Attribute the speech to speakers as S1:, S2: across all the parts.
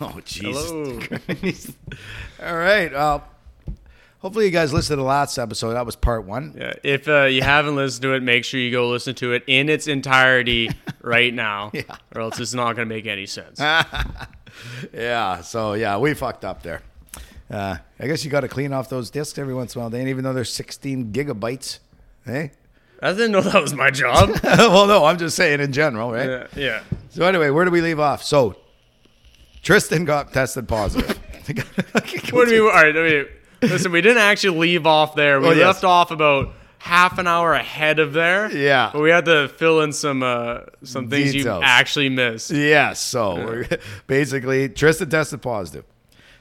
S1: Oh, Jesus.
S2: Hello.
S1: All right. Well, hopefully you guys listened to the last episode. That was part one.
S2: Yeah, if uh, you haven't listened to it, make sure you go listen to it in its entirety right now, or else it's not going to make any sense.
S1: Yeah. So yeah, we fucked up there. Uh, I guess you got to clean off those discs every once in a while, Dan, even though they're 16 gigabytes. Hey.
S2: I didn't know that was my job.
S1: well, no, I'm just saying in general, right?
S2: yeah, yeah.
S1: So anyway, where do we leave off? So Tristan got tested positive.
S2: What do you mean? All right, I mean, listen, we didn't actually leave off there. We
S1: Well, Oh, yes.
S2: left off about half an hour ahead of there.
S1: Yeah.
S2: but we had to fill in some uh, some things
S1: Details.
S2: you actually missed.
S1: Yeah, so we're- basically, Tristan tested positive.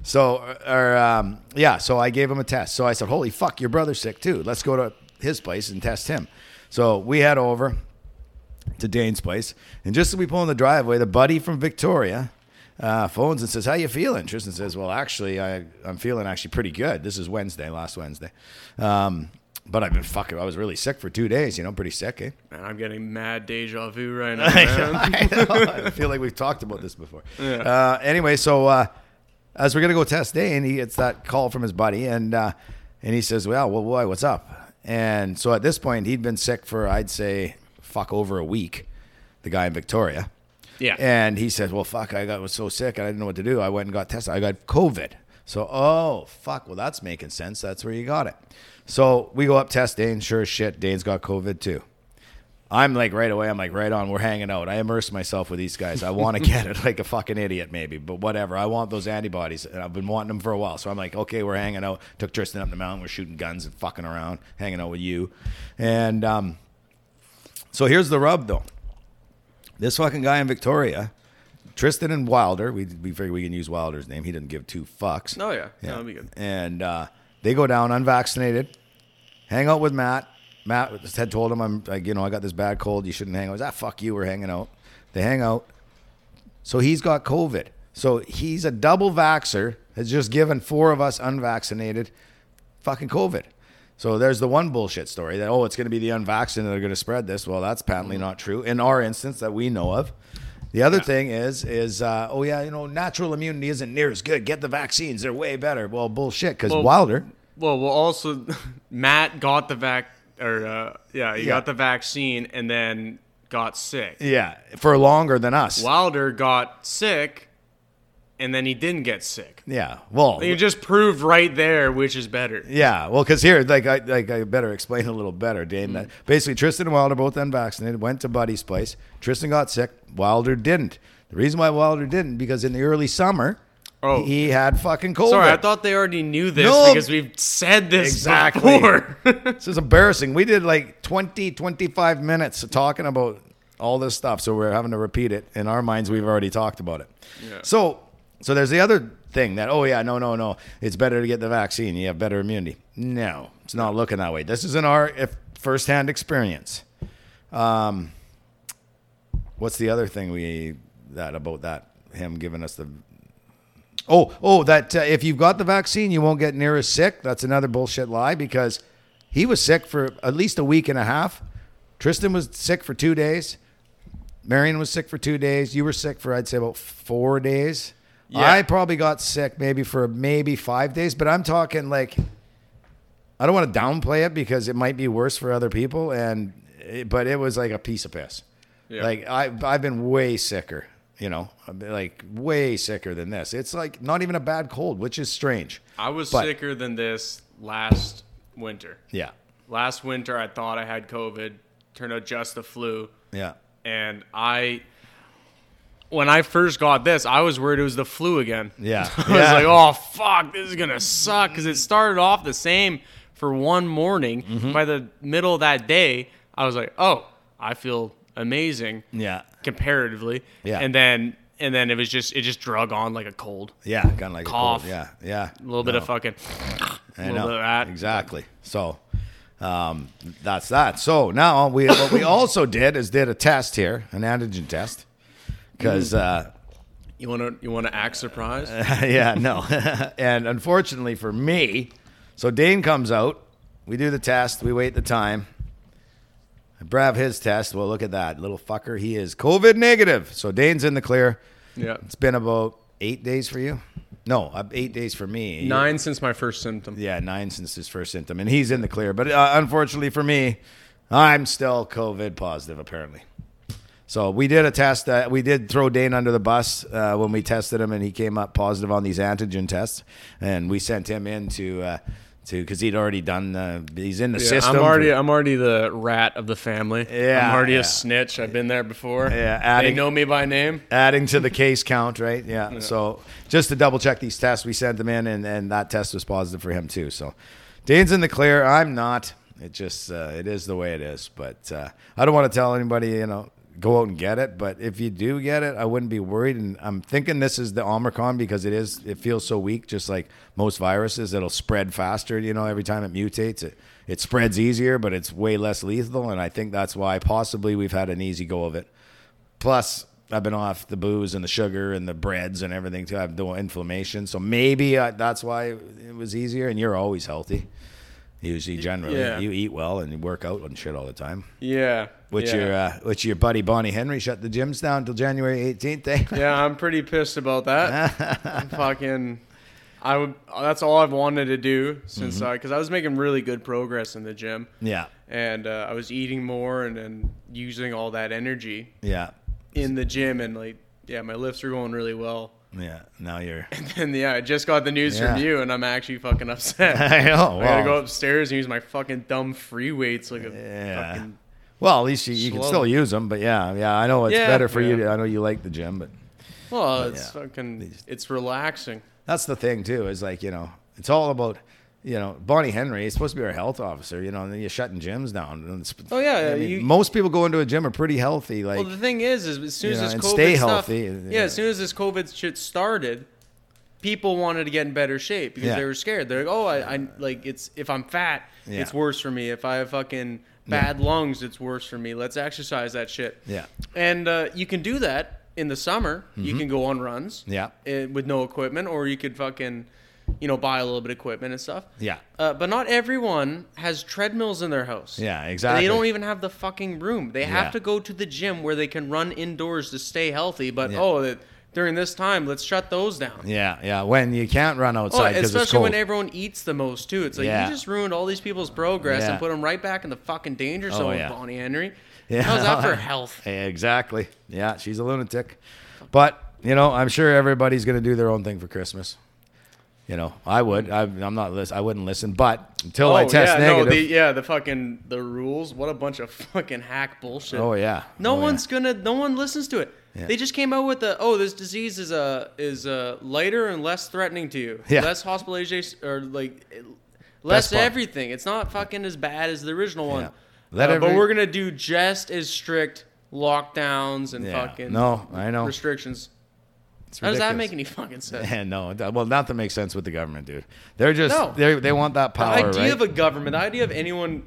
S1: So, or um, yeah, so I gave him a test. So I said, "Holy fuck, your brother's sick too. Let's go to his place and test him." So we head over to Dane's place, and just as we pull in the driveway, the buddy from Victoria uh, phones and says, "How you feeling?" Tristan says, "Well, actually, I, I'm feeling actually pretty good. This is Wednesday, last Wednesday, um, but I've been fucking. I was really sick for two days. You know, pretty sick, eh?"
S2: Man, I'm getting mad deja vu right now. Man.
S1: I, know. I feel like we've talked about this before. Uh, anyway, so uh, as we're gonna go test Dane, he gets that call from his buddy, and uh, and he says, "Well, well, boy, what's up?" And so at this point, he'd been sick for I'd say fuck over a week. The guy in Victoria,
S2: yeah,
S1: and he says, "Well, fuck, I got was so sick, I didn't know what to do. I went and got tested. I got COVID." So, oh fuck, well that's making sense. That's where you got it. So we go up test Dane. Sure as shit, Dane's got COVID too. I'm like right away. I'm like right on. We're hanging out. I immerse myself with these guys. I want to get it like a fucking idiot, maybe, but whatever. I want those antibodies, and I've been wanting them for a while. So I'm like, okay, we're hanging out. Took Tristan up the mountain. We're shooting guns and fucking around, hanging out with you. And um, so here's the rub, though. This fucking guy in Victoria, Tristan and Wilder. We we figure we can use Wilder's name. He didn't give two fucks.
S2: Oh, yeah. No, that'd be good.
S1: And uh, they go down unvaccinated, hang out with Matt. Matt had told him, "I'm like, you know, I got this bad cold. You shouldn't hang out." He's, ah, fuck you. We're hanging out. They hang out. So he's got COVID. So he's a double vaxxer. Has just given four of us unvaccinated fucking COVID. So there's the one bullshit story that, oh, it's going to be the unvaccinated that are going to spread this. Well, that's patently not true in our instance that we know of. The other thing is, is uh, oh, yeah, you know, natural immunity isn't near as good. Get the vaccines. They're way better. Well, bullshit, because
S2: Well,
S1: Wilder.
S2: Well, well, also, Matt got the vac, or uh, yeah, he
S1: Yeah.
S2: got the vaccine and then got sick.
S1: Yeah, for longer than us.
S2: Wilder got sick, and then he didn't get sick.
S1: Yeah, well.
S2: You just proved right there which is better.
S1: Yeah, well, because here, like, I like I better explain a little better, Dane.
S2: Mm.
S1: That basically, Tristan and Wilder both unvaccinated went to Buddy's place. Tristan got sick. Wilder didn't. The reason why Wilder didn't because in the early summer,
S2: Oh.
S1: he had fucking COVID.
S2: Sorry, I thought they already knew this
S1: No.
S2: because we've said this
S1: Exactly.
S2: before.
S1: this is embarrassing. We did like 20, 25 minutes of talking about all this stuff, so we're having to repeat it. In our minds, we've already talked about it. So, so there's the other thing that oh yeah, no, no, no, it's better to get the vaccine. You have better immunity. No, it's not looking that way. This is in our if, firsthand experience. Um, what's the other thing we that about that him giving us the Oh, oh, that uh, if you've got the vaccine, you won't get near as sick. That's another bullshit lie because he was sick for at least a week and a half. Tristan was sick for two days. Marion was sick for two days. You were sick for I'd say about four days.
S2: Yeah.
S1: I probably got sick maybe for maybe five days, but I'm talking like I don't want to downplay it because it might be worse for other people, and but it was like a piece of piss.
S2: Yeah.
S1: Like I, I've been way sicker, you know, I've been, like way sicker than this. It's like not even a bad cold, which is strange.
S2: I was
S1: But-
S2: sicker than this last winter.
S1: Yeah,
S2: Last winter, I thought I had COVID. Turned out just the flu.
S1: yeah,
S2: And I, when I first got this, I was worried it was the flu again.
S1: yeah.
S2: I was like, oh fuck, this is gonna suck because it started off the same for one morning.
S1: Mm-hmm.
S2: By the middle of that day, I was like, oh, I feel amazing
S1: yeah,
S2: comparatively.
S1: Yeah.
S2: and then and then it was just it just drug on like a cold,
S1: yeah, kind of like
S2: Cough.
S1: A cold. Yeah, yeah.
S2: a little bit of fucking, a
S1: I
S2: little
S1: know.
S2: bit of that.
S1: Exactly. So um, that's that. So now we what we also did is did a test here, an antigen test, because. Uh,
S2: You wanna you wanna act surprised?
S1: yeah, no. and unfortunately for me, so Dane comes out. We do the test. We wait the time. I brav his test. Well, look at that little fucker. He is COVID negative. So Dane's in the clear.
S2: yeah,
S1: It's been about eight days for you? No, uh, eight days for me. You-
S2: Nine since my first symptom.
S1: Yeah, nine since his first symptom, and he's in the clear. But uh, unfortunately for me, I'm still COVID positive apparently. So we did a test. Uh, we did throw Dane under the bus uh, when we tested him, and he came up positive on these antigen tests. And we sent him in to uh, to because he'd already done. Uh, he's in the
S2: Yeah,
S1: system.
S2: I'm already I'm already the rat of the family.
S1: Yeah,
S2: I'm already
S1: yeah.
S2: a snitch. I've been there before.
S1: Yeah,
S2: they
S1: adding-
S2: know me by name.
S1: adding to the case count, right? Yeah. So just to double check these tests, we sent them in, and, and that test was positive for him too. So Dane's in the clear. I'm not. It just uh, it is the way it is. But uh, I don't want to tell anybody, you know, go out and get it. But if you do get it, I wouldn't be worried. And I'm thinking this is the Omicron because it is. It feels so weak, just like most viruses. It'll spread faster. You know, every time it mutates, it it spreads easier, but it's way less lethal. And I think that's why possibly we've had an easy go of it. Plus, I've been off the booze and the sugar and the breads and everything too. I have no inflammation, so maybe uh that's why it was easier. And you're always healthy, usually generally.
S2: Yeah.
S1: You eat well and you work out and shit all the time.
S2: Yeah.
S1: Which
S2: yeah.
S1: your uh, which your buddy Bonnie Henry shut the gyms down till January 18th. Eh?
S2: Yeah, I'm pretty pissed about that. I'm fucking, I would. That's all I've wanted to do since I, because I was making really good progress in the gym,
S1: Mm-hmm. yeah,
S2: and uh, I was eating more and, and using all that energy
S1: yeah,
S2: in the gym, and like, yeah, my lifts were going really well.
S1: yeah. Now you're.
S2: And yeah, I just got the news
S1: Yeah.
S2: from you, and I'm actually fucking upset.
S1: I know.
S2: I gotta
S1: well,
S2: go upstairs and use my fucking dumb free weights like a
S1: Yeah.
S2: fucking.
S1: Well, at least you, you can
S2: Slow.
S1: still use them, but yeah, yeah. I know it's
S2: Yeah.
S1: better for you.
S2: Yeah.
S1: To, I know you like the gym, but
S2: Well, it's
S1: yeah.
S2: fucking. It's relaxing.
S1: that's the thing too is like you know it's all about you know bonnie henry is supposed to be our health officer you know and then you're shutting gyms down and it's-
S2: Oh, yeah,
S1: I mean,
S2: you-
S1: most people go into a gym are pretty healthy like
S2: Well, the thing is, is as
S1: you
S2: soon as
S1: know,
S2: this
S1: and
S2: COVID
S1: stay
S2: stuff,
S1: healthy,
S2: yeah,
S1: yeah.
S2: as soon as this COVID shit started, people wanted to get in better shape because
S1: Yeah.
S2: they were scared. They're like, oh, I, I like it's if I'm fat,
S1: Yeah.
S2: it's worse for me. If I have fucking bad lungs, it's worse for me. Let's exercise that shit.
S1: Yeah.
S2: and uh, you can do that in the summer. You can go on runs.
S1: Mm-hmm. Yeah.
S2: eh, with no equipment, or you could fucking. You know, buy a little bit of equipment and stuff.
S1: Yeah.
S2: Uh, but not everyone has treadmills in their house.
S1: Yeah,
S2: And
S1: exactly.
S2: They don't even have the fucking room. They
S1: Yeah.
S2: have to go to the gym where they can run indoors to stay healthy. But
S1: Yeah.
S2: oh, that during this time, let's shut those down.
S1: yeah yeah when you can't run
S2: Oh,
S1: outside because it's
S2: especially
S1: cold
S2: when everyone eats the most too. It's like
S1: Yeah.
S2: you just ruined all these people's progress
S1: Yeah. Oh,
S2: and put them right back in the fucking danger zone,
S1: yeah.
S2: Bonnie Henry.
S1: Yeah.
S2: How's that for health?
S1: Yeah, exactly yeah she's a lunatic but you know i'm sure everybody's going to do their own thing for christmas you know i would I, i'm not lis- i wouldn't listen but until Oh, i test
S2: Oh, yeah,
S1: negative
S2: no, the, yeah, the fucking the rules. What a bunch of fucking hack bullshit.
S1: oh yeah
S2: No
S1: Oh, yeah.
S2: one's gonna. No one listens to it.
S1: Yeah.
S2: They just came out with the oh, this disease is uh, is uh, lighter and less threatening to you.
S1: Yeah.
S2: Less hospitalization or like eh, less
S1: part.
S2: everything. It's not fucking as bad as the original one.
S1: Yeah. Let
S2: Uh,
S1: every-
S2: but we're gonna do just as strict lockdowns and
S1: Yeah.
S2: fucking
S1: no i know
S2: restrictions.
S1: It's
S2: How does that
S1: ridiculous.
S2: make any fucking sense?
S1: Yeah, no. it- Well, nothing makes sense with the government, dude. They're just
S2: No.
S1: they they want that
S2: The
S1: power,
S2: idea
S1: right?
S2: of a government, the idea of anyone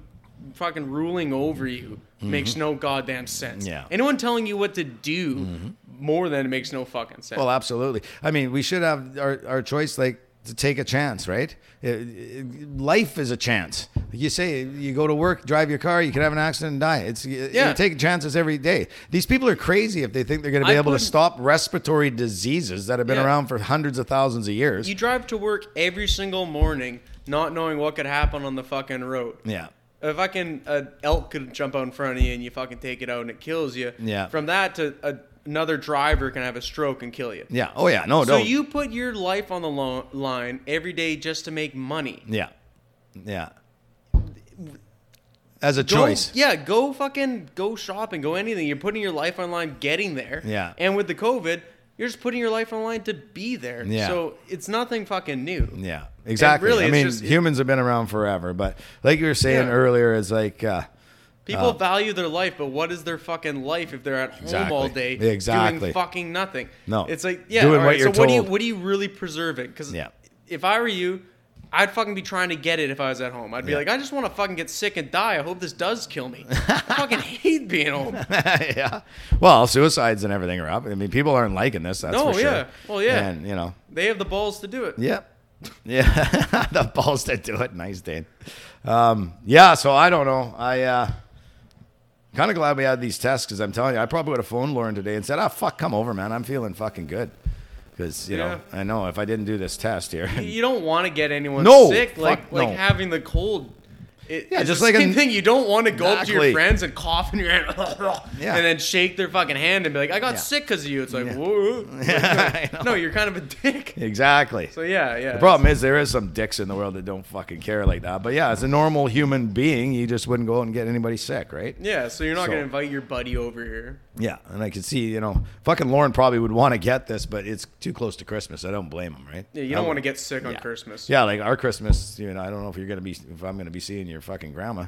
S2: fucking ruling over you makes no goddamn sense.
S1: Mm-hmm. Yeah. Mm-hmm.
S2: Anyone telling you what to do more than it makes no fucking sense.
S1: well, absolutely. I mean, we should have our our choice, like to take a chance, right? It- it- life is a chance. Like you say you go to work, drive your car, you could have an accident and die. It's yeah.
S2: Yeah.
S1: you take chances every day. These people are crazy if they think they're going to be
S2: I
S1: able to
S2: couldn't-
S1: stop respiratory diseases that have been
S2: Yeah.
S1: around for hundreds of thousands of years.
S2: You drive to work every single morning, not knowing what could happen on the fucking road.
S1: yeah.
S2: If I can, an elk could jump out in front of you and you fucking take it out and it kills you.
S1: Yeah.
S2: From that to a, another driver can have a stroke and kill you.
S1: Yeah. Oh yeah. No,
S2: So
S1: don't.
S2: you put your life on the lo- line every day just to make money.
S1: Yeah. Yeah. As a
S2: Go-
S1: choice.
S2: Yeah, go fucking go shopping, go anything. You're putting your life on the line getting there.
S1: Yeah.
S2: And with the COVID, you're just putting your life on the line to be there.
S1: Yeah.
S2: So it's nothing fucking new.
S1: Yeah, exactly.
S2: really,
S1: I
S2: it's
S1: mean,
S2: just-
S1: humans have been around forever, but like you were saying
S2: Yeah.
S1: earlier, it's like, uh,
S2: People value their life, but what is their fucking life if they're at home all
S1: Exactly.
S2: day
S1: Exactly.
S2: doing fucking nothing?
S1: No.
S2: it's like yeah,
S1: Doing
S2: all
S1: what
S2: right,
S1: you're
S2: so what do you
S1: told.
S2: what do you really preserve it? Because
S1: Yeah.
S2: if I were you, I'd fucking be trying to get it if I was at home. I'd be
S1: Yeah.
S2: like, I just want to fucking get sick and die. I hope this does kill me. I fucking hate being home.
S1: yeah. Well, suicides and everything are up. I mean, people aren't liking this. That's
S2: No,
S1: for sure.
S2: yeah. Well, yeah.
S1: And you know,
S2: They have the balls to do it.
S1: Yep. Yeah. the balls that do it. Nice, Dane. Um, yeah. So I don't know. I, uh, kind of glad we had these tests because I'm telling you, I probably would have phoned Lauren today and said, ah, fuck, come over, man. I'm feeling fucking good. because you know
S2: Yeah.
S1: I know if I didn't do this test here,
S2: You don't want to get anyone
S1: No,
S2: sick,
S1: fuck
S2: like
S1: no.
S2: like having the cold. It,
S1: Yeah,
S2: it's
S1: just
S2: the
S1: like
S2: same
S1: a-
S2: thing. You don't want to go up to
S1: Exactly.
S2: your friends and cough in your hand,
S1: Yeah.
S2: and then shake their fucking hand and be like, "I got
S1: Yeah.
S2: sick because of you." It's like,
S1: Yeah.
S2: whoa. Like,
S1: I know.
S2: no, you're kind of a dick.
S1: exactly.
S2: So yeah, yeah.
S1: The problem is there is some dicks in the world that don't fucking care like that. But yeah, as a normal human being, you just wouldn't go out and get anybody sick, right?
S2: Yeah, so you're not
S1: So-
S2: gonna invite your buddy over here.
S1: Yeah, and I could see, you know, fucking Lauren probably would want to get this, but it's too close to Christmas. I don't blame him, right?
S2: Yeah,
S1: I
S2: you don't want to
S1: would-
S2: get sick on
S1: yeah.
S2: Christmas.
S1: Yeah, like our Christmas, you know, I don't know if you're gonna be, if I'm gonna be seeing your fucking grandma.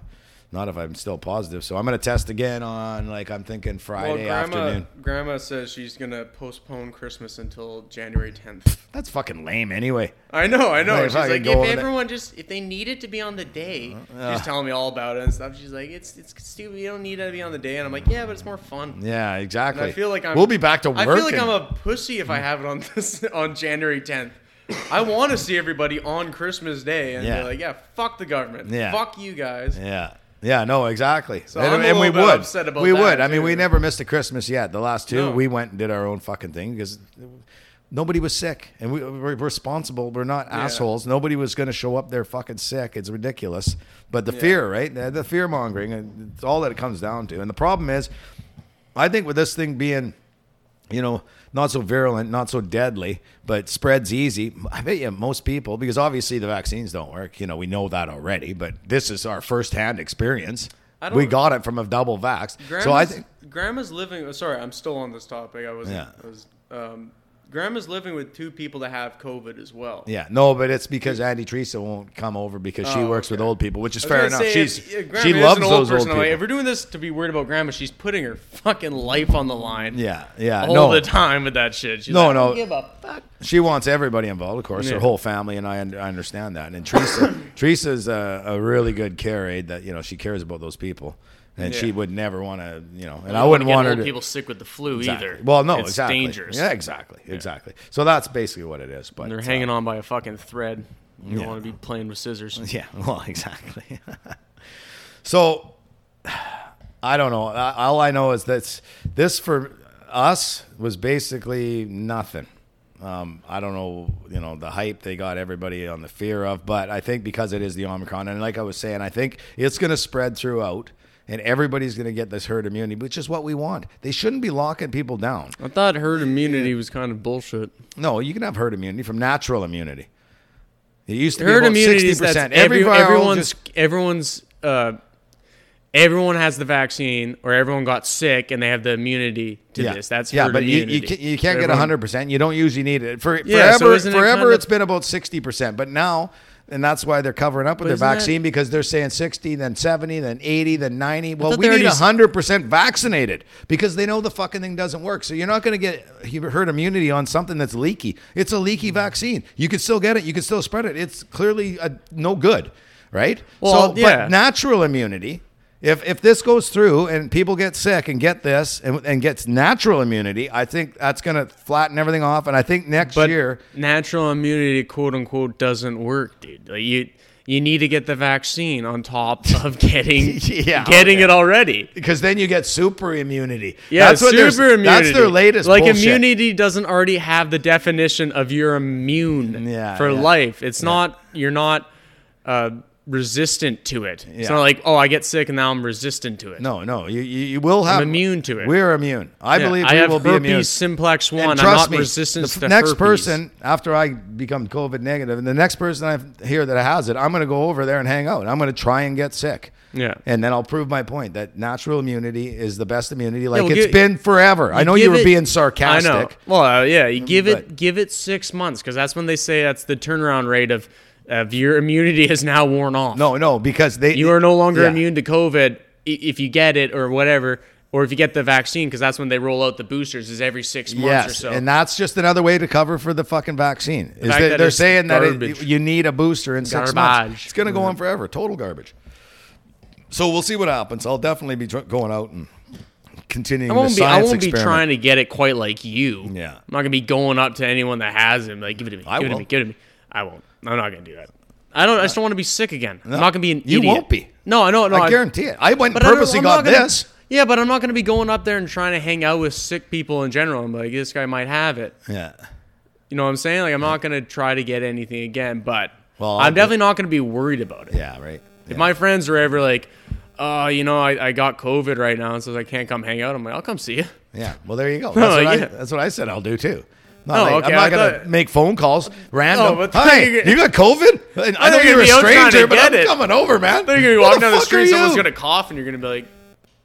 S1: Not if I'm still positive. So I'm gonna test again on like I'm thinking
S2: Well,
S1: Friday
S2: grandma,
S1: afternoon.
S2: grandma says she's gonna postpone Christmas until January 10th.
S1: That's fucking lame, anyway.
S2: I know, I know.
S1: Like,
S2: She's
S1: if I could
S2: like,
S1: go Uh-huh.
S2: if
S1: with it."
S2: everyone just if they need it to be on the day,
S1: Ugh.
S2: she's telling me all about it and stuff. She's like, it's it's stupid. You don't need it to be on the day, and I'm like, yeah, but it's more fun.
S1: Yeah, exactly.
S2: I feel like I'm.
S1: we'll be back to work.
S2: I feel like
S1: in-
S2: I'm a pussy if I
S1: Mm-hmm.
S2: have it on this on January 10th. I want to see everybody on Christmas Day and
S1: Yeah.
S2: be like, yeah, fuck the government,
S1: Yeah.
S2: fuck you guys.
S1: Yeah. Yeah, no, exactly.
S2: So I'm a little bit upset about
S1: we
S2: that,
S1: would. I mean,
S2: too.
S1: we never missed a Christmas yet. The last two,
S2: No.
S1: we went and did our own fucking thing because nobody was sick, and we, we're responsible. We're not assholes. Nobody was going to show up there fucking sick. It's ridiculous. But the fear, right? The, the fear mongering. It's all that it comes down to. And the problem is, I think with this thing being you know, not so virulent, not so deadly, but spreads easy. I bet you most people, because obviously the vaccines don't work. You know, we know that already, but this is our firsthand experience.
S2: I don't-
S1: We got it from a double vax.
S2: Grandma's,
S1: So I think,
S2: grandma's living. oh, Sorry, I'm still on this topic. I wasn't.
S1: Yeah.
S2: I was, um, grandma's living with two people that have COVID as well.
S1: yeah, no, but it's because Andy Teresa won't come over because she
S2: Oh,
S1: works with
S2: okay.
S1: old people, which is
S2: I was
S1: fair
S2: gonna
S1: enough.
S2: say,
S1: She's
S2: if- yeah, grandma
S1: she
S2: is an
S1: loves those old
S2: person, I'm
S1: people.
S2: like, if we're doing this to be worried about grandma, she's putting her fucking life on the line.
S1: yeah, yeah,
S2: All
S1: no,
S2: the time with that shit. She's
S1: No,
S2: like,
S1: no.
S2: Give a fuck.
S1: she wants everybody involved, of course, her
S2: Yeah.
S1: whole family, and I, un- I understand that. And Teresa, Teresa's a, a really good care aide that you know she cares about those people, and she
S2: Yeah.
S1: would never want to, you know, and I wouldn't want her to.
S3: people sick with the flu
S1: Exactly.
S3: either.
S1: Well, no,
S3: it's
S1: exactly.
S3: dangerous.
S1: Yeah, exactly, exactly. So that's basically what it is. But
S3: They're
S1: uh,
S3: hanging on by a fucking thread. You
S1: Yeah.
S3: don't want to be playing with scissors.
S1: Yeah, well, exactly. so I don't know. I- All I know is that this for us was basically nothing. Um, I don't know, you know, the hype they got everybody on the fear of, but I think because it is the Omicron, and like I was saying, I think it's going to spread throughout, and everybody's going to get this herd immunity, which is what we want. They shouldn't be locking people down.
S3: I thought herd immunity was kind of bullshit.
S1: No, you can have herd immunity from natural immunity. It used to
S3: Herd
S1: be about
S3: immunity
S1: sixty
S3: is that
S1: percent.
S3: every, everyone's everyone's uh, everyone has the vaccine or everyone got sick and they have the immunity to this. That's
S1: yeah,
S3: herd
S1: but you, you
S3: immunity.
S1: can't, you
S3: So
S1: can't get
S3: everyone-
S1: hundred percent. You don't usually need it for
S3: Yeah, so
S1: forever.
S3: isn't it
S1: forever,
S3: kinda-
S1: it's been about sixty percent, but now. And that's why they're covering up with their
S3: isn't that-
S1: vaccine because they're saying 60, then 70, then 80, then 90. Well,
S3: thought
S1: we
S3: they
S1: need
S3: already s-
S1: 100% vaccinated because they know the fucking thing doesn't work. So you're not going to get herd immunity on something that's leaky. It's a
S3: Mm.
S1: leaky vaccine. You could still get it. You could still spread it. It's clearly uh no good, right?
S3: Well,
S1: so,
S3: yeah.
S1: But natural immunity. If if this goes through and people get sick and get this and, and gets natural immunity, I think that's going to flatten everything off. And I think next
S3: but
S1: year,
S3: natural immunity, quote unquote, doesn't work, dude. Like you you need to get the vaccine on top of getting
S1: Yeah,
S3: getting
S1: okay.
S3: it already.
S1: because then you get super immunity.
S3: Yeah,
S1: that's what they're-
S3: super immunity.
S1: That's their latest
S3: Like
S1: bullshit.
S3: immunity doesn't already have the definition of you're immune
S1: Mm, Yeah,
S3: for
S1: yeah.
S3: life. It's not you're not uh, resistant to it.
S1: Yeah.
S3: It's not like oh I get sick and now I'm resistant to it.
S1: No, no, you you, you will have
S3: immune to it.
S1: We're immune. I
S3: Yeah,
S1: believe
S3: I
S1: we
S3: have
S1: will be
S3: herpes
S1: immune.
S3: simplex one.
S1: And
S3: I'm not
S1: trust me,
S3: resistant
S1: the
S3: to
S1: f- next
S3: herpes.
S1: person after I become COVID negative, and the next person I hear that has it, I'm going to go over there and hang out. I'm going to try and get sick.
S3: Yeah.
S1: and then I'll prove my point that natural immunity is the best immunity. Like
S3: well,
S1: it's
S3: gi-
S1: been forever. I know you
S3: give
S1: were
S3: it-
S1: being sarcastic. Mm,
S3: I know. Well, uh, yeah, you give
S1: but-
S3: it give it six months because that's when they say that's the turnaround rate of of your immunity is now worn off.
S1: No, no, because they
S3: you are no longer
S1: Yeah.
S3: immune to COVID i- if you get it or whatever, or if you get the vaccine because that's when they roll out the boosters is every six months or
S1: Yes,
S3: so.
S1: and that's just another way to cover for the fucking vaccine. Is
S3: fact
S1: that
S3: that
S1: they're
S3: it's
S1: saying that it,
S3: garbage.
S1: you need a booster in six months.
S3: Garbage.
S1: It's going to go
S2: Mm-hmm.
S1: on forever. Total garbage. So we'll see what happens. I'll definitely be dr- going out and continuing
S3: I
S1: the
S3: won't be. I
S1: science
S3: won't be
S1: experiment.
S3: trying to get it quite like you.
S1: Yeah.
S3: I'm not gonna be going up to anyone that has him. Like, give it to me.
S1: I
S3: give it
S1: will.
S3: to me. Give it to me. I won't. I'm not gonna do that. I don't. I just don't want to be sick again.
S1: No.
S3: I'm not gonna be an
S1: You
S3: idiot.
S1: won't be.
S3: No, I know. No,
S1: I guarantee it. I went and
S3: but I don't-
S1: purposely
S3: I'm not
S1: got
S3: gonna-
S1: this.
S3: Yeah, but I'm not gonna be going up there and trying to hang out with sick people in general. I'm like, this guy might have it.
S1: Yeah.
S2: You know what I'm saying? Like I'm not gonna try to get anything again, but
S1: Well, I'll
S2: I'm
S1: be-
S2: definitely not gonna be worried about it.
S1: Yeah, right.
S2: If
S1: Yeah.
S2: my friends are ever like, "Oh, you know, I, I got COVID right now, and so I can't come hang out," I'm like, "I'll come see you."
S1: Yeah. Well, there you go. That's, what, I,
S2: yeah.
S1: that's what I said I'll do too. I'm
S2: Oh,
S1: not, like- I'm
S2: okay, I
S1: not gonna
S2: thought- Oh,
S1: make phone calls random.
S2: but then
S1: Hi,
S2: you
S1: you, got
S2: get-
S1: COVID? And I,
S2: I
S1: know
S2: think
S1: you're a
S2: you'd be out trying to
S1: stranger, but
S2: get
S1: I'm
S2: it.
S1: coming over, man.
S2: Then you're gonna
S1: Who
S2: walk down the
S1: fuck are
S2: street, someone's
S1: you?
S2: gonna cough, and you're gonna be like,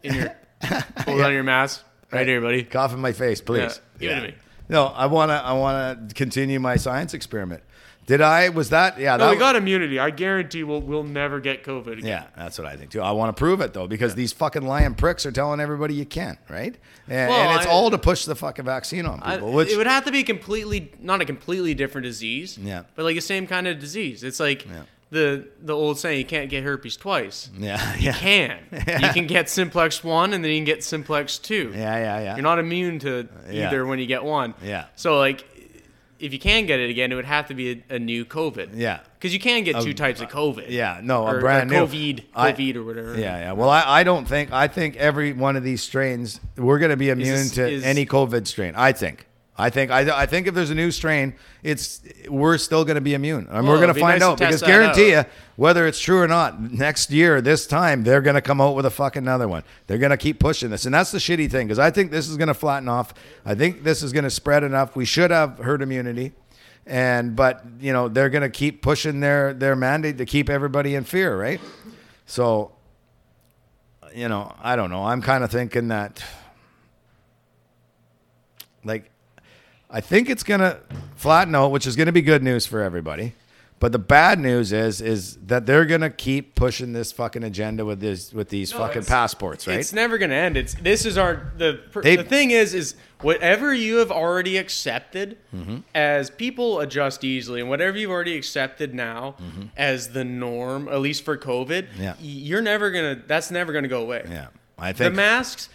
S2: in your, pull down your mask, right here, buddy.
S1: cough in my face,
S2: Yeah,
S1: please.
S2: give it to me.
S1: No, I wanna I wanna continue my science experiment. Did I? Was that? Yeah. that
S2: No, we
S1: was-
S2: got immunity. I guarantee we'll we'll never get COVID again.
S1: Yeah, that's what I think too. I want to prove it though, because these fucking lying pricks are telling everybody you can, right? And,
S2: Well,
S1: and it's
S2: I-
S1: all to push the fucking vaccine on
S2: I-
S1: people. which
S2: it would have to be completely not a completely different disease.
S1: Yeah.
S2: But like the same kind of disease. It's like
S1: Yeah.
S2: the the old saying, you can't get herpes twice.
S1: yeah, yeah,
S2: Can you can get simplex one and then you can get simplex two.
S1: yeah, yeah, yeah.
S2: You're not immune to
S1: Yeah.
S2: either when you get one.
S1: Yeah.
S2: So like if you can get it again, it would have to be a, a new COVID.
S1: Yeah.
S2: Because you can get two types of COVID.
S1: yeah, no,
S2: or,
S1: a brand new
S2: COVID,
S1: I-
S2: COVID or whatever.
S1: Yeah, yeah. Well, I, I don't think I think every one of these strains we're going to be immune
S2: this-
S1: to
S2: is-
S1: any COVID strain. I think. I think I, I think if there's a new strain, it's we're still going to be immune, and we're
S2: Well,
S1: going
S2: it'd
S1: to
S2: be
S1: find
S2: nice to
S1: out
S2: test
S1: because
S2: that
S1: guarantee
S2: out.
S1: you whether it's true or not. Next year, this time they're going to come out with a fucking another one. They're going to keep pushing this, and that's the shitty thing because I think this is going to flatten off. I think this is going to spread enough. We should have herd immunity, and but you know they're going to keep pushing their their mandate to keep everybody in fear, right? So you know, I don't know. I'm kind of thinking that, like, I think it's gonna flatten out, which is gonna be good news for everybody. But the bad news is, is that they're gonna keep pushing this fucking agenda with this, with these fucking
S2: it's-
S1: passports, right?
S2: It's never going to end. It's this is our the per-
S1: They-
S2: the thing is is whatever you have already accepted
S1: Mm-hmm.
S2: as people adjust easily and whatever you've already accepted now as the norm at least for COVID,
S1: Mm-hmm. Yeah.
S2: y- you're never going to that's never going to go away.
S1: yeah, I
S2: The
S1: think.
S2: masks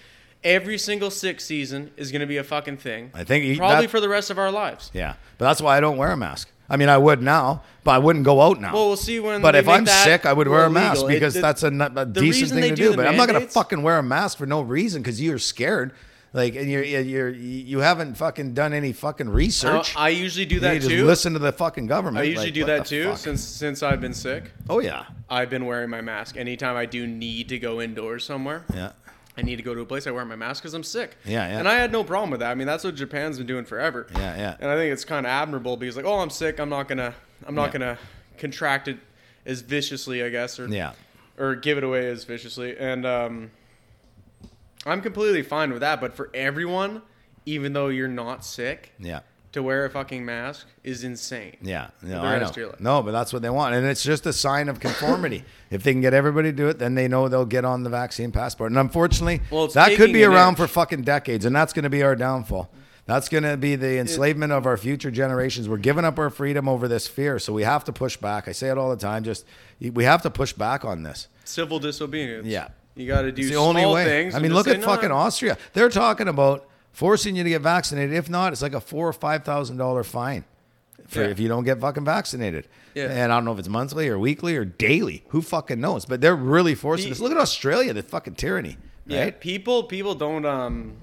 S2: every single sick season is going to be a fucking thing.
S1: I think he-
S2: probably
S1: that-
S2: for the rest of our lives.
S1: yeah, but that's why I don't wear a mask. I mean, I would now, but I wouldn't go out now.
S2: Well, we'll see when
S1: But
S2: they
S1: if
S2: make
S1: I'm
S2: that
S1: sick, I would wear a mask
S2: illegal. It-
S1: because
S2: the-
S1: that's a, n- a
S2: the
S1: decent
S2: reason
S1: thing
S2: they
S1: to
S2: do
S1: do.
S2: the
S1: But I'm not gonna
S2: mandates-
S1: fucking wear a mask for no reason because you're scared. Like, and you're you're you haven't fucking done any fucking
S2: I,
S1: research.
S2: Oh, I usually do
S1: you
S2: that
S1: just
S2: too.
S1: listen to the fucking government.
S2: I usually
S1: Like,
S2: do
S1: what
S2: that
S1: the
S2: too
S1: fuck?
S2: since since I've been sick.
S1: oh yeah,
S2: I've been wearing my mask anytime I do need to go indoors somewhere.
S1: yeah,
S2: I need to go to a place. I wear my mask because I'm sick.
S1: Yeah, yeah.
S2: And I had no problem with that. I mean, that's what Japan's been doing forever.
S1: Yeah, yeah.
S2: And I think it's kind of admirable because, like, oh, I'm sick. I'm not gonna. I'm not
S1: Yeah.
S2: gonna contract it as viciously, I guess, or
S1: yeah.
S2: or give it away as viciously. And um, I'm completely fine with that. But for everyone, even though you're not sick,
S1: Yeah.
S2: to wear a fucking mask is insane.
S1: Yeah, no,
S2: the
S1: I
S2: rest of your
S1: know.
S2: life.
S1: No, but that's what they want, and it's just a sign of conformity. if they can get everybody to do it, then they know they'll get on the vaccine passport. And unfortunately,
S2: Well, it's
S1: that could
S2: taking
S1: be
S2: an
S1: around
S2: inch.
S1: for fucking decades, and that's going to be our downfall. That's going to be the enslavement of our future generations. We're giving up our freedom over this fear, so we have to push back. I say it all the time. Just we have to push back on this.
S2: Civil disobedience.
S1: Yeah.
S2: You got to do
S1: It's the only
S2: small
S1: way.
S2: things.
S1: I
S2: and
S1: mean,
S2: just
S1: look
S2: say,
S1: at
S2: "No,
S1: fucking
S2: I'm
S1: Austria. They're talking about forcing you to get vaccinated. If not, it's like a four or five thousand dollar fine for
S2: Yeah.
S1: if you don't get fucking vaccinated.
S2: Yeah.
S1: And I don't know if it's monthly or weekly or daily. Who fucking knows? But they're really forcing
S2: The-
S1: this. Look at Australia, the fucking tyranny.
S2: Yeah,
S1: Right?
S2: people people don't um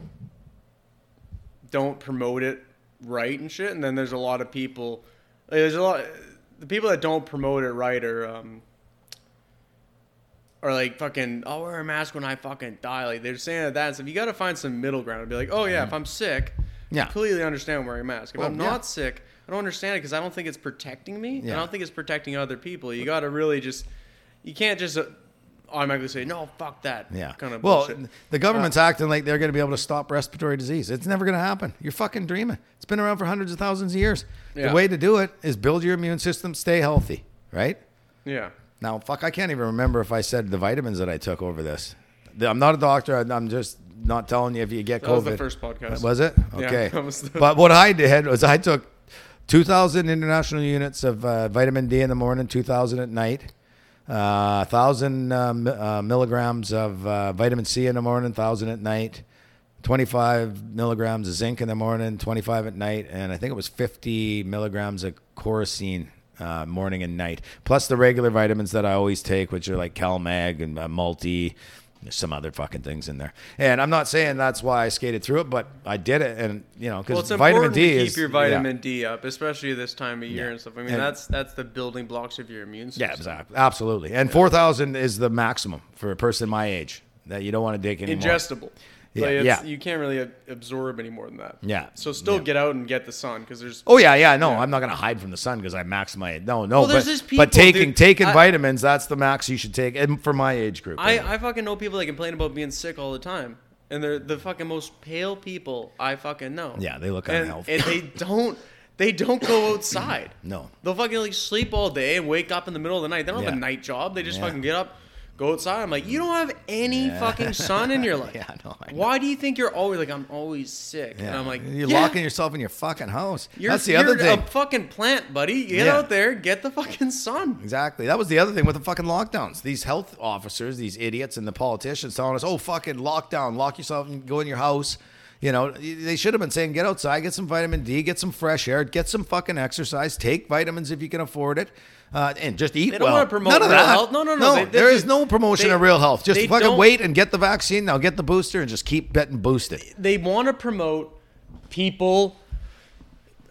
S2: don't promote it right and shit, and then there's a lot of people. like, There's a lot the people that don't promote it right are um are like fucking. I'll wear a mask when I fucking die. Like they're saying that that stuff. You got to find some middle ground and be like, oh yeah, if I'm sick,
S1: Mm-hmm. Yeah.
S2: completely understand wearing a mask. If
S1: Well,
S2: I'm
S1: yeah.
S2: not sick, I don't understand it because I don't think it's protecting me. and
S1: Yeah.
S2: I don't think it's protecting other people. You got to really just. You can't just. Uh, automatically say no fuck that
S1: Yeah.
S2: kind of
S1: well,
S2: bullshit. Uh,
S1: the government's acting like they're going to be able to stop respiratory disease. It's never going to happen. You're fucking dreaming. It's been around for hundreds of thousands of years.
S2: Yeah.
S1: The way to do it is build your immune system, stay healthy, right?
S2: Yeah.
S1: Now, fuck, I can't even remember if I said the vitamins that I took over this. The- I'm not a doctor. I- I'm just not telling you if you get
S2: That
S1: COVID.
S2: was the first podcast.
S1: Was it?
S2: Yeah,
S1: Okay.
S2: that was the-
S1: But what I did was I took 2,000 international units of uh, vitamin D in the morning, 2,000 at night, uh, 1,000 uh, mi- uh, milligrams of uh, vitamin C in the morning, 1,000 at night, 25 milligrams of zinc in the morning, 25 at night, and I think it was 50 milligrams of corosine. Uh, morning and night, plus the regular vitamins that I always take, which are like CalMag and uh, Multi, There's some other fucking things in there, and I'm not saying that's why I skated through it, but I did it, and you know,
S2: Well,
S1: because
S2: it's important
S1: vitamin D
S2: to keep
S1: is
S2: your
S1: yeah.
S2: vitamin D up, especially this time of year
S1: Yeah.
S2: and stuff. I mean,
S1: And-
S2: that's that's the building blocks of your immune system.
S1: Yeah, exactly. absolutely. And 4,000 is the maximum for a person my age that you don't want to take anymore.
S2: Ingestible.
S1: Yeah,
S2: Like, it's,
S1: yeah.
S2: You can't really ab- absorb any more than that.
S1: Yeah,
S2: So still
S1: yeah.
S2: get out and get the sun because there's
S1: Oh yeah, yeah. No, I'm not gonna hide from the sun because I max my no, no.
S2: Well,
S1: but,
S2: there's just people,
S1: but taking
S2: dude.
S1: taking
S2: I-
S1: vitamins, that's the max you should take, and for my age group.
S2: I, I fucking know people that complain about being sick all the time. And they're the fucking most pale people I fucking know.
S1: Yeah, they look
S2: and,
S1: unhealthy.
S2: And they don't they don't go outside.
S1: No.
S2: They'll fucking like sleep all day and wake up in the middle of the night. They don't have a
S1: Yeah.
S2: night job. They just
S1: Yeah.
S2: fucking get up, go outside. I'm like, you don't have any
S1: Yeah.
S2: fucking sun in your life.
S1: Yeah, I know, I know.
S2: Why do you think you're always like I'm always sick? And I'm like,
S1: you're
S2: yeah,
S1: locking yourself in your fucking house.
S2: You're,
S1: that's the other
S2: you're
S1: thing.
S2: a fucking plant, buddy. Get
S1: Yeah.
S2: out there, get the fucking sun.
S1: Exactly. That was the other thing with the fucking lockdowns. These health officers, these idiots, and the politicians telling us, "Oh, fucking lockdown, lock yourself and go in your house." You know, they should have been saying, "Get outside, get some vitamin D, get some fresh air, get some fucking exercise, take vitamins if you can afford it, uh, and just eat
S2: They don't
S1: well."
S2: wanna promote
S1: None of
S2: real
S1: that.
S2: health. No, no, no. They- they-
S1: there is no promotion
S2: they-
S1: of real health. Just
S2: they
S1: fucking
S2: don't-
S1: wait and get the vaccine. Now get the booster and just keep getting boosted.
S2: they want to promote people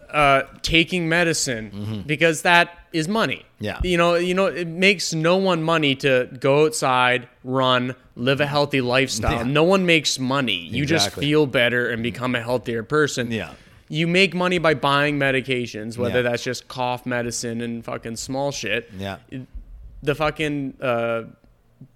S2: uh, taking medicine because that is money.
S1: Mm-hmm. Yeah.
S2: you know, you know, it makes no one money to go outside, run, live a healthy lifestyle.
S1: Mm-hmm. Yeah.
S2: No one makes money. You just
S1: Exactly. Mm-hmm.
S2: feel better and become a healthier person.
S1: Yeah.
S2: You make money by buying medications, whether
S1: Yeah.
S2: that's just cough medicine and fucking small shit.
S1: Yeah.
S2: The fucking uh,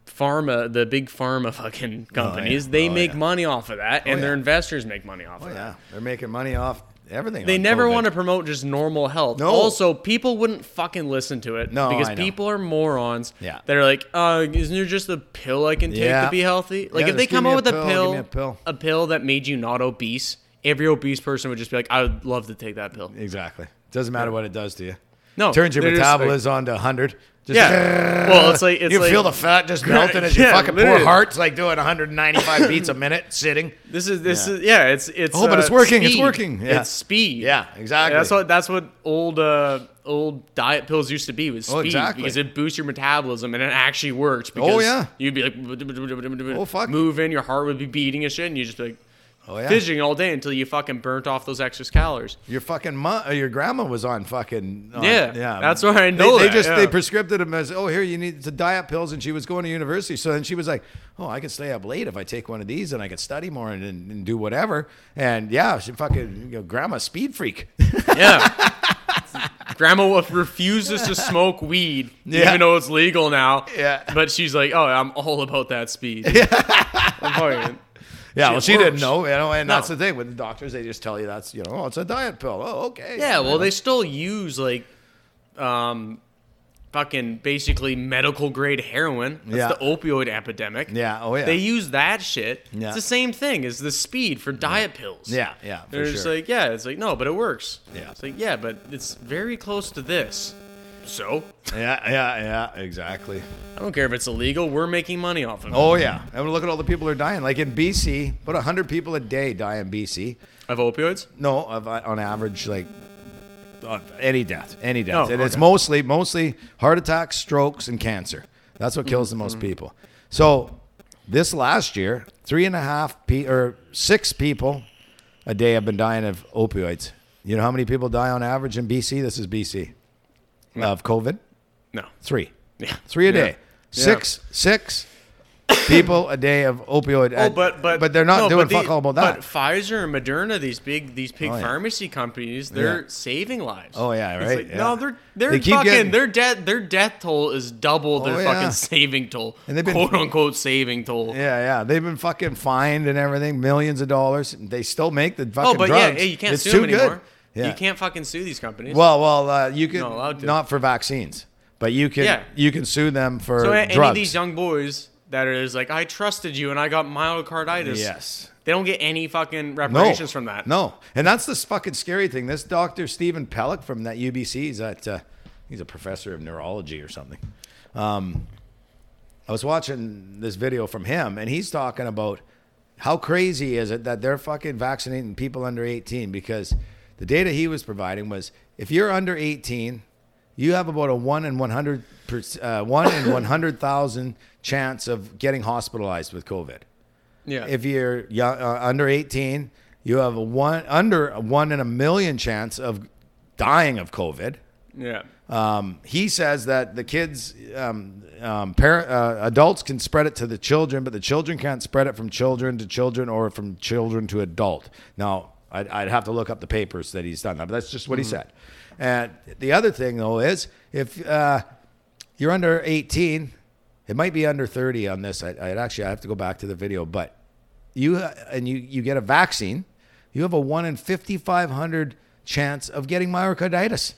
S2: pharma, the big pharma fucking companies, they
S1: Oh,
S2: make
S1: yeah. Oh,
S2: money off of that, and
S1: yeah.
S2: their investors make money off
S1: Oh,
S2: of that.
S1: yeah, they're making money off everything.
S2: They
S1: on
S2: never
S1: COVID.
S2: want to promote just normal health.
S1: No.
S2: Also, people wouldn't fucking listen to it
S1: No,
S2: because
S1: I know.
S2: people are morons.
S1: Yeah.
S2: that are like, uh, isn't there just a pill I can take
S1: Yeah.
S2: to be healthy? Like
S1: Yeah,
S2: if they
S1: just
S2: come
S1: give me
S2: out with
S1: a
S2: a
S1: pill, give
S2: pill,
S1: me a pill.
S2: a pill that made you not obese, every obese person would just be like, I would love to take that pill.
S1: Exactly. Doesn't matter what it does to you.
S2: No,
S1: Turns your
S2: they're just like-
S1: metabolism on to 100. Just
S2: Yeah. well, it's like it's
S1: you
S2: like,
S1: feel the fat just melting as your
S2: Yeah,
S1: fucking
S2: literally.
S1: poor heart's like doing 195 beats a minute sitting.
S2: This is this
S1: Yeah.
S2: is yeah. It's it's.
S1: Oh, but
S2: uh,
S1: it's working, it's
S2: speed.
S1: working, yeah.
S2: It's speed.
S1: Yeah, exactly.
S2: That's what that's what old uh, old diet pills used to be was speed
S1: Oh, exactly. Oh,
S2: because it boosts your metabolism and it actually works. Because
S1: yeah.
S2: You'd be like,
S1: Oh, fuck.
S2: moving, your heart would be beating and shit, and you just be like.
S1: Oh, yeah.
S2: Fidgeting all day until you fucking burnt off those excess calories.
S1: Your fucking mu- or your grandma was on fucking on-
S2: Yeah,
S1: yeah.
S2: that's why I
S1: They-
S2: know
S1: They,
S2: that,
S1: just
S2: yeah.
S1: they prescribed them as oh here you need to diet pills and she was going to university so then she was like oh I can stay up late if I take one of these and I can study more and, and, and do whatever and yeah she fucking you know, grandma speed freak
S2: Yeah. Grandma wa- refuses to smoke weed,
S1: Yeah.
S2: even though it's legal now.
S1: Yeah.
S2: But she's like, oh, I'm all about that speed. I'm fucking-
S1: Yeah, well,
S2: Shit
S1: she didn't
S2: works.
S1: know, you know, and that's
S2: No.
S1: the thing with the doctors. They just tell you that's, you know, oh, it's a diet pill. Oh, okay.
S2: Yeah, well, they still use like, um, fucking basically medical grade heroin. That's
S1: Yeah.
S2: the opioid epidemic.
S1: Yeah, oh, yeah.
S2: They use that shit.
S1: Yeah.
S2: It's the same thing as the speed for diet pills.
S1: Yeah, yeah, for
S2: They're just
S1: sure.
S2: like, yeah, it's like no, but it works.
S1: Yeah.
S2: It's like yeah, but it's very close to this. So
S1: yeah, yeah, yeah, exactly.
S2: I don't care if it's illegal. We're making money off of it.
S1: Oh, yeah. And look at all the people who are dying. Like in BC, about 100 people a day die in BC.
S2: Of opioids.
S1: No, of, uh, on average, like on any death, any death.
S2: Oh,
S1: and it's
S2: okay.
S1: mostly, mostly heart attacks, strokes, and cancer. That's what kills the most
S2: Mm-hmm.
S1: people. So this last year, three and a half pe- or six people a day have been dying of opioids. You know how many people die on average in BC? This is BC of COVID.
S2: No.
S1: Three,
S2: Yeah.
S1: three a
S2: Yeah.
S1: day. Six, six people a day of opioid.
S2: Oh, but but
S1: but they're not
S2: no,
S1: doing
S2: but the-
S1: fuck all about that.
S2: But Pfizer and Moderna, these big these big
S1: Oh, yeah.
S2: pharmacy companies, they're
S1: Yeah.
S2: saving lives.
S1: Oh, yeah,
S2: It's
S1: right,
S2: like,
S1: yeah.
S2: No, they're they're
S1: They keep
S2: fucking
S1: getting-
S2: their death their death toll is double their
S1: Oh, yeah.
S2: fucking saving toll,
S1: And they've been-
S2: quote unquote saving toll.
S1: Yeah, yeah. They've been fucking fined and everything, millions of dollars. They still make the fucking
S2: Oh, but yeah,
S1: drugs.
S2: hey, you can't
S1: it's
S2: sue
S1: too
S2: them anymore.
S1: Good. Yeah.
S2: You can't fucking sue these companies.
S1: Well, well, uh, you can
S2: Not allowed
S1: not,
S2: to.
S1: for vaccines, but you can
S2: Yeah.
S1: you can sue them for
S2: so a-
S1: drugs.
S2: any of these young boys that are just like, I trusted you and I got myocarditis.
S1: yes.
S2: They don't get any fucking
S1: No.
S2: reparations from that.
S1: No. And that's this fucking scary thing. This doctor Stephen Pellick from that UBC, he's at uh, he's a professor of neurology or something. Um, I was watching this video from him, and he's talking about how crazy is it that they're fucking vaccinating people under 18 because the data he was providing was if you're under 18 you have about a one in one hundred uh, one in one hundred thousand chance of getting hospitalized with COVID.
S2: Yeah.
S1: If you're young, uh, under eighteen, you have a one under a one in a million chance of dying of COVID.
S2: yeah.
S1: Um, he says that the kids, um, um, par- uh, adults can spread it to the children, but the children can't spread it from children to children or from children to adult. Now, I'd, I'd have to look up the papers that he's done, but that's just what he said. And the other thing, though, is if uh, you're under 18, it might be under 30 on this. I, I'd actually I have to go back to the video, but you uh, and you you get a vaccine, you have a one in 5,500 chance of getting myocarditis.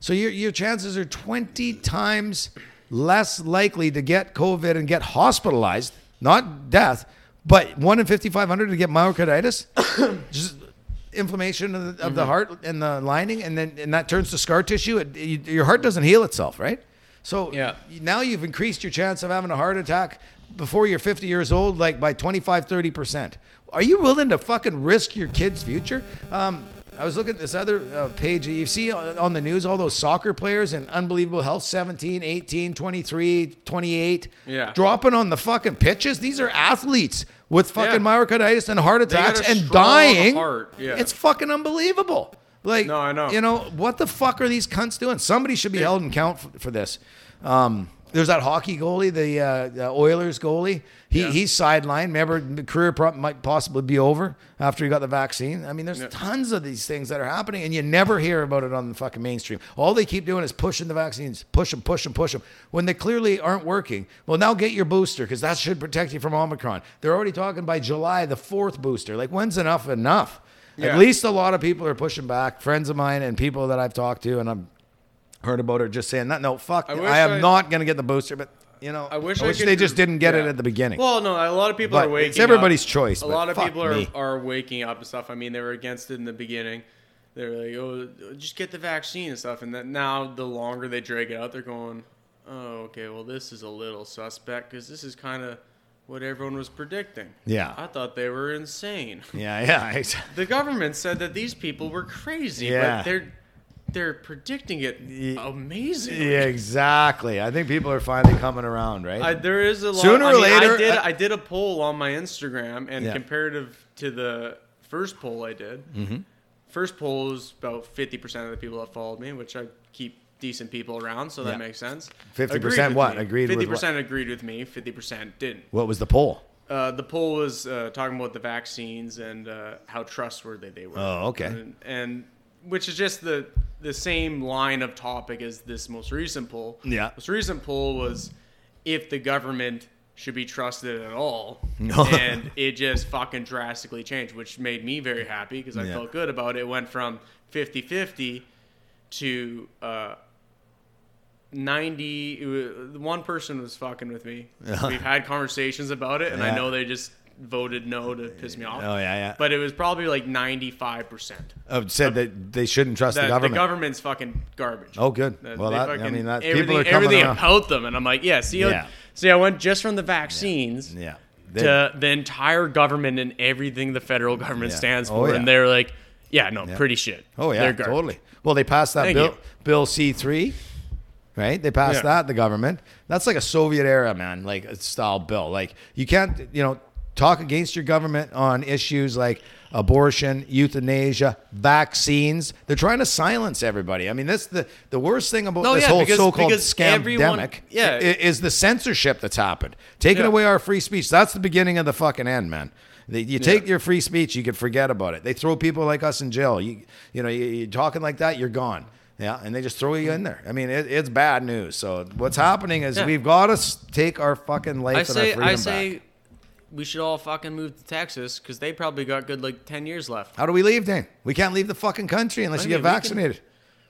S1: So your your chances are 20 times less likely to get COVID and get hospitalized, not death, but 1 in 5500 to get myocarditis, just inflammation of, the, of
S2: Mm-hmm.
S1: the heart and the lining and then and that turns to scar tissue. It, you, your heart doesn't heal itself, right? So
S2: Yeah.
S1: now you've increased your chance of having a heart attack before you're 50 years old, like by 25, 30%. Are you willing to fucking risk your kid's future? Um, I was looking at this other uh, page that you see on on the news, all those soccer players in unbelievable health 17, 18, 23, 28,
S2: Yeah.
S1: dropping on the fucking pitches. These are athletes with fucking
S2: Yeah.
S1: myocarditis and heart
S2: got
S1: attacks
S2: a
S1: and
S2: strong
S1: dying.
S2: heart, yeah.
S1: It's fucking unbelievable. Like,
S2: No, I know.
S1: You know what the fuck are these cunts doing? Somebody should be held in count for, for this. Um, there's that hockey goalie, the, uh, the Oilers goalie. He
S2: Yeah.
S1: he's sidelined. Remember, the career pro- might possibly be over after he got the vaccine. I mean, there's tons of these things that are happening, and you never hear about it on the fucking mainstream. All they keep doing is pushing the vaccines, push them, push them, push them, when they clearly aren't working. Well, now get your booster because that should protect you from Omicron. They're already talking by July the fourth booster. Like, when's enough enough?
S2: Yeah.
S1: At least a lot of people are pushing back. Friends of mine and people that I've talked to and I've heard about are just saying, "No, no, fuck, I,
S2: wish
S1: am
S2: I-
S1: not going to get the booster." But you know, I
S2: wish
S1: wish,
S2: I could-
S1: they just didn't get it
S2: yeah.
S1: at the beginning.
S2: Well, no, a lot of people
S1: But
S2: are waking.
S1: it's everybody's
S2: up.
S1: choice,
S2: A
S1: but
S2: lot of
S1: fuck
S2: people are,
S1: me.
S2: are waking up and stuff. I mean, they were against it in the beginning. They were like, "Oh, just get the vaccine and stuff." And then now, the longer they drag it out, they're going, "Oh, okay. Well, this is a little suspect because this is kind of what everyone was predicting."
S1: Yeah.
S2: I thought they were insane.
S1: yeah, yeah, exactly.
S2: The government said that these people were crazy,
S1: Yeah.
S2: but they're they're predicting it amazingly.
S1: Yeah, exactly. I think people are finally coming around, right?
S2: I, there is a lot.
S1: Sooner
S2: I
S1: or
S2: mean,
S1: later,
S2: I did.
S1: uh,
S2: I did a poll on my Instagram, and
S1: Yeah.
S2: comparative to the first poll I did,
S1: Mm-hmm.
S2: first poll was about fifty percent of the people that followed me, which I keep decent people around, so that
S1: Yeah.
S2: makes sense.
S1: 50% what? Agreed with
S2: Fifty
S1: what?
S2: percent agreed with me. Fifty percent didn't.
S1: what was the poll?
S2: Uh, the poll was uh, talking about the vaccines and uh, how trustworthy they were.
S1: Oh, okay.
S2: And, and which is just the the same line of topic as this most recent poll.
S1: Yeah.
S2: Most recent poll was if the government should be trusted at all,
S1: No.
S2: and it just fucking drastically changed, which made me very happy because I
S1: Yeah.
S2: felt good about it. It went from 50-50 to. Uh, 90 it wa- one person was fucking with me we've had conversations about it and i
S1: Yeah.
S2: know they just voted no to piss me off
S1: Oh, yeah, yeah.
S2: but it was probably like 95%
S1: Uh, said that they shouldn't trust
S2: that
S1: the government.
S2: the government's fucking garbage
S1: oh, good.
S2: That
S1: well,
S2: they
S1: that, I
S2: fucking-
S1: mean, that
S2: everything,
S1: people are coming
S2: everything
S1: around.
S2: about them and i'm like yeah see
S1: Yeah.
S2: I, see i went just from the vaccines
S1: yeah.
S2: to the entire government and everything the federal government
S1: Yeah.
S2: stands
S1: Oh,
S2: for
S1: yeah.
S2: and they're like yeah no pretty shit
S1: Oh yeah,
S2: They're garbage.
S1: totally. Well, they passed that
S2: Thank
S1: bill,
S2: you.
S1: Bill C three, right? They passed
S2: Yeah.
S1: that the government. That's like a Soviet era man, like a style bill. Like you can't, you know, talk against your government on issues like abortion, euthanasia, vaccines. They're trying to silence everybody. I mean, that's the the worst thing about
S2: No,
S1: this
S2: yeah,
S1: whole
S2: because-
S1: so-called
S2: because everyone-
S1: scamdemic.
S2: yeah.
S1: i- is the censorship that's happened, taking
S2: Yeah.
S1: away our free speech. That's the beginning of the fucking end, man. They- You take your free speech, you can forget about it. They throw people like us in jail. You, you know, you, you're talking like that, you're gone. Yeah, and they just throw you in there. I mean, it, it's bad news. So what's happening is
S3: Yeah.
S1: we've got to take our fucking life
S3: I
S1: and
S3: say,
S1: our freedom
S3: I say,
S1: back.
S3: we should all fucking move to Texas because they probably got good like ten years left.
S1: How do we leave, Dan? We can't leave the fucking country unless
S3: I
S1: you
S3: mean,
S1: get
S3: we can-
S1: vaccinated.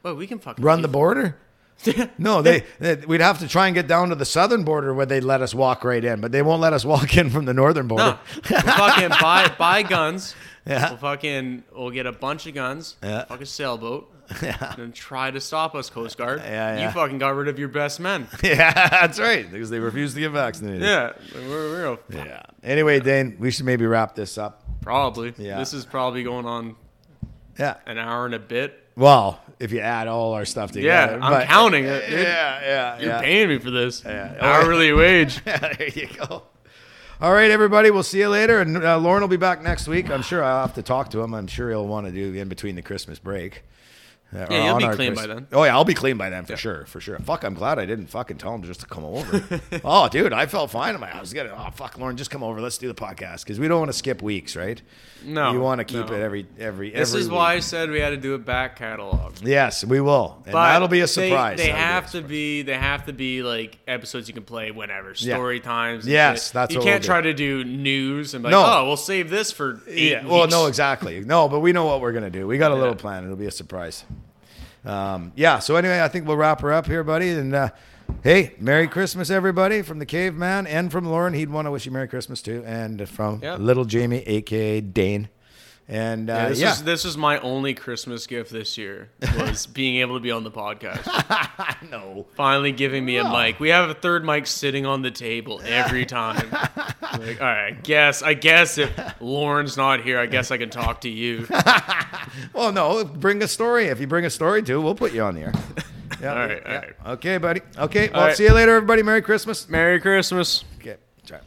S3: Well, we can fucking
S1: Run the
S3: leave.
S1: border? no, they, they we'd have to try and get down to the southern border where they'd let us walk right in, but they won't let us walk in from the northern border.
S3: No, we'll fucking buy buy guns.
S1: Yeah.
S3: We'll fucking we'll get a bunch of guns.
S1: Yeah.
S3: Fuck a sailboat. Yeah. And try to stop us, Coast Guard.
S1: Yeah, yeah.
S3: You fucking got rid of your best men.
S1: Yeah, that's right. Because they refuse to get vaccinated.
S2: yeah we're, we're a-
S1: Yeah. Anyway, Dane, we should maybe wrap this up.
S3: Probably.
S1: Yeah.
S3: This is probably going on
S1: Yeah.
S3: an hour and a bit.
S1: Well, if you add all our stuff
S2: Yeah,
S1: together.
S2: I'm
S1: but-
S2: counting it. dude.
S1: Yeah, yeah,
S2: You're
S1: yeah.
S2: paying me for this
S1: Yeah.
S2: hourly wage.
S1: there you go. All right, everybody. We'll see you later. And uh, Lauren will be back next week. I'm sure I'll have to talk to him. I'm sure he'll want to do in between the Christmas break. Uh, or
S2: Yeah, you'll
S1: on
S2: be
S1: our
S2: clean by then.
S1: Oh yeah, I'll be clean by then for sure, for sure. Fuck, I'm glad I didn't fucking tell him just to come over. oh, dude, I felt fine. I'm like, I was gonna. Oh fuck, Lauren, just come over. Let's do the podcast because we don't want to skip weeks, right?
S2: No,
S1: you want to keep
S2: no.
S1: it every every.
S2: This
S1: every
S2: is
S1: week.
S2: why I said we had to do a back catalog.
S1: Yes, we will, and that'll be a surprise.
S2: They, they
S1: That'll be a
S2: have to
S1: surprise.
S2: be. They have to be like episodes you can play whenever.
S1: Yeah.
S2: Story times. and
S1: Yes,
S2: shit.
S1: that's
S2: you
S1: what
S2: can't
S1: we'll do.
S2: try to do news and be like,
S1: No.
S2: oh, we'll save this for eight
S1: Yeah. Well, no,
S2: weeks."
S1: exactly. No, but we know what we're gonna do. We got a little plan. It'll be a surprise. Um, yeah. So anyway, I think we'll wrap her up here, buddy. And uh, hey, Merry Christmas, everybody, from the Caveman and from Lauren. He'd want to wish you Merry Christmas too, and from
S2: Yeah.
S1: Little Jamie, aka Dane. And uh,
S2: Yeah,
S1: yeah,
S2: this is this is my only Christmas gift this year was being able to be on the podcast.
S1: no.
S2: Finally giving me a
S1: Oh.
S2: mic. We have a third mic sitting on the table every time. like, all right, guess I guess if Lauren's not here, I guess I can talk to you.
S1: Well, no. Bring a story. If you bring a story too, we'll put you on the air. Yeah,
S2: All right, all
S1: yeah.
S2: right.
S1: Okay, buddy. Okay. Well,
S2: right.
S1: see you later, everybody. Merry Christmas.
S2: Merry Christmas.
S1: Okay. Ciao.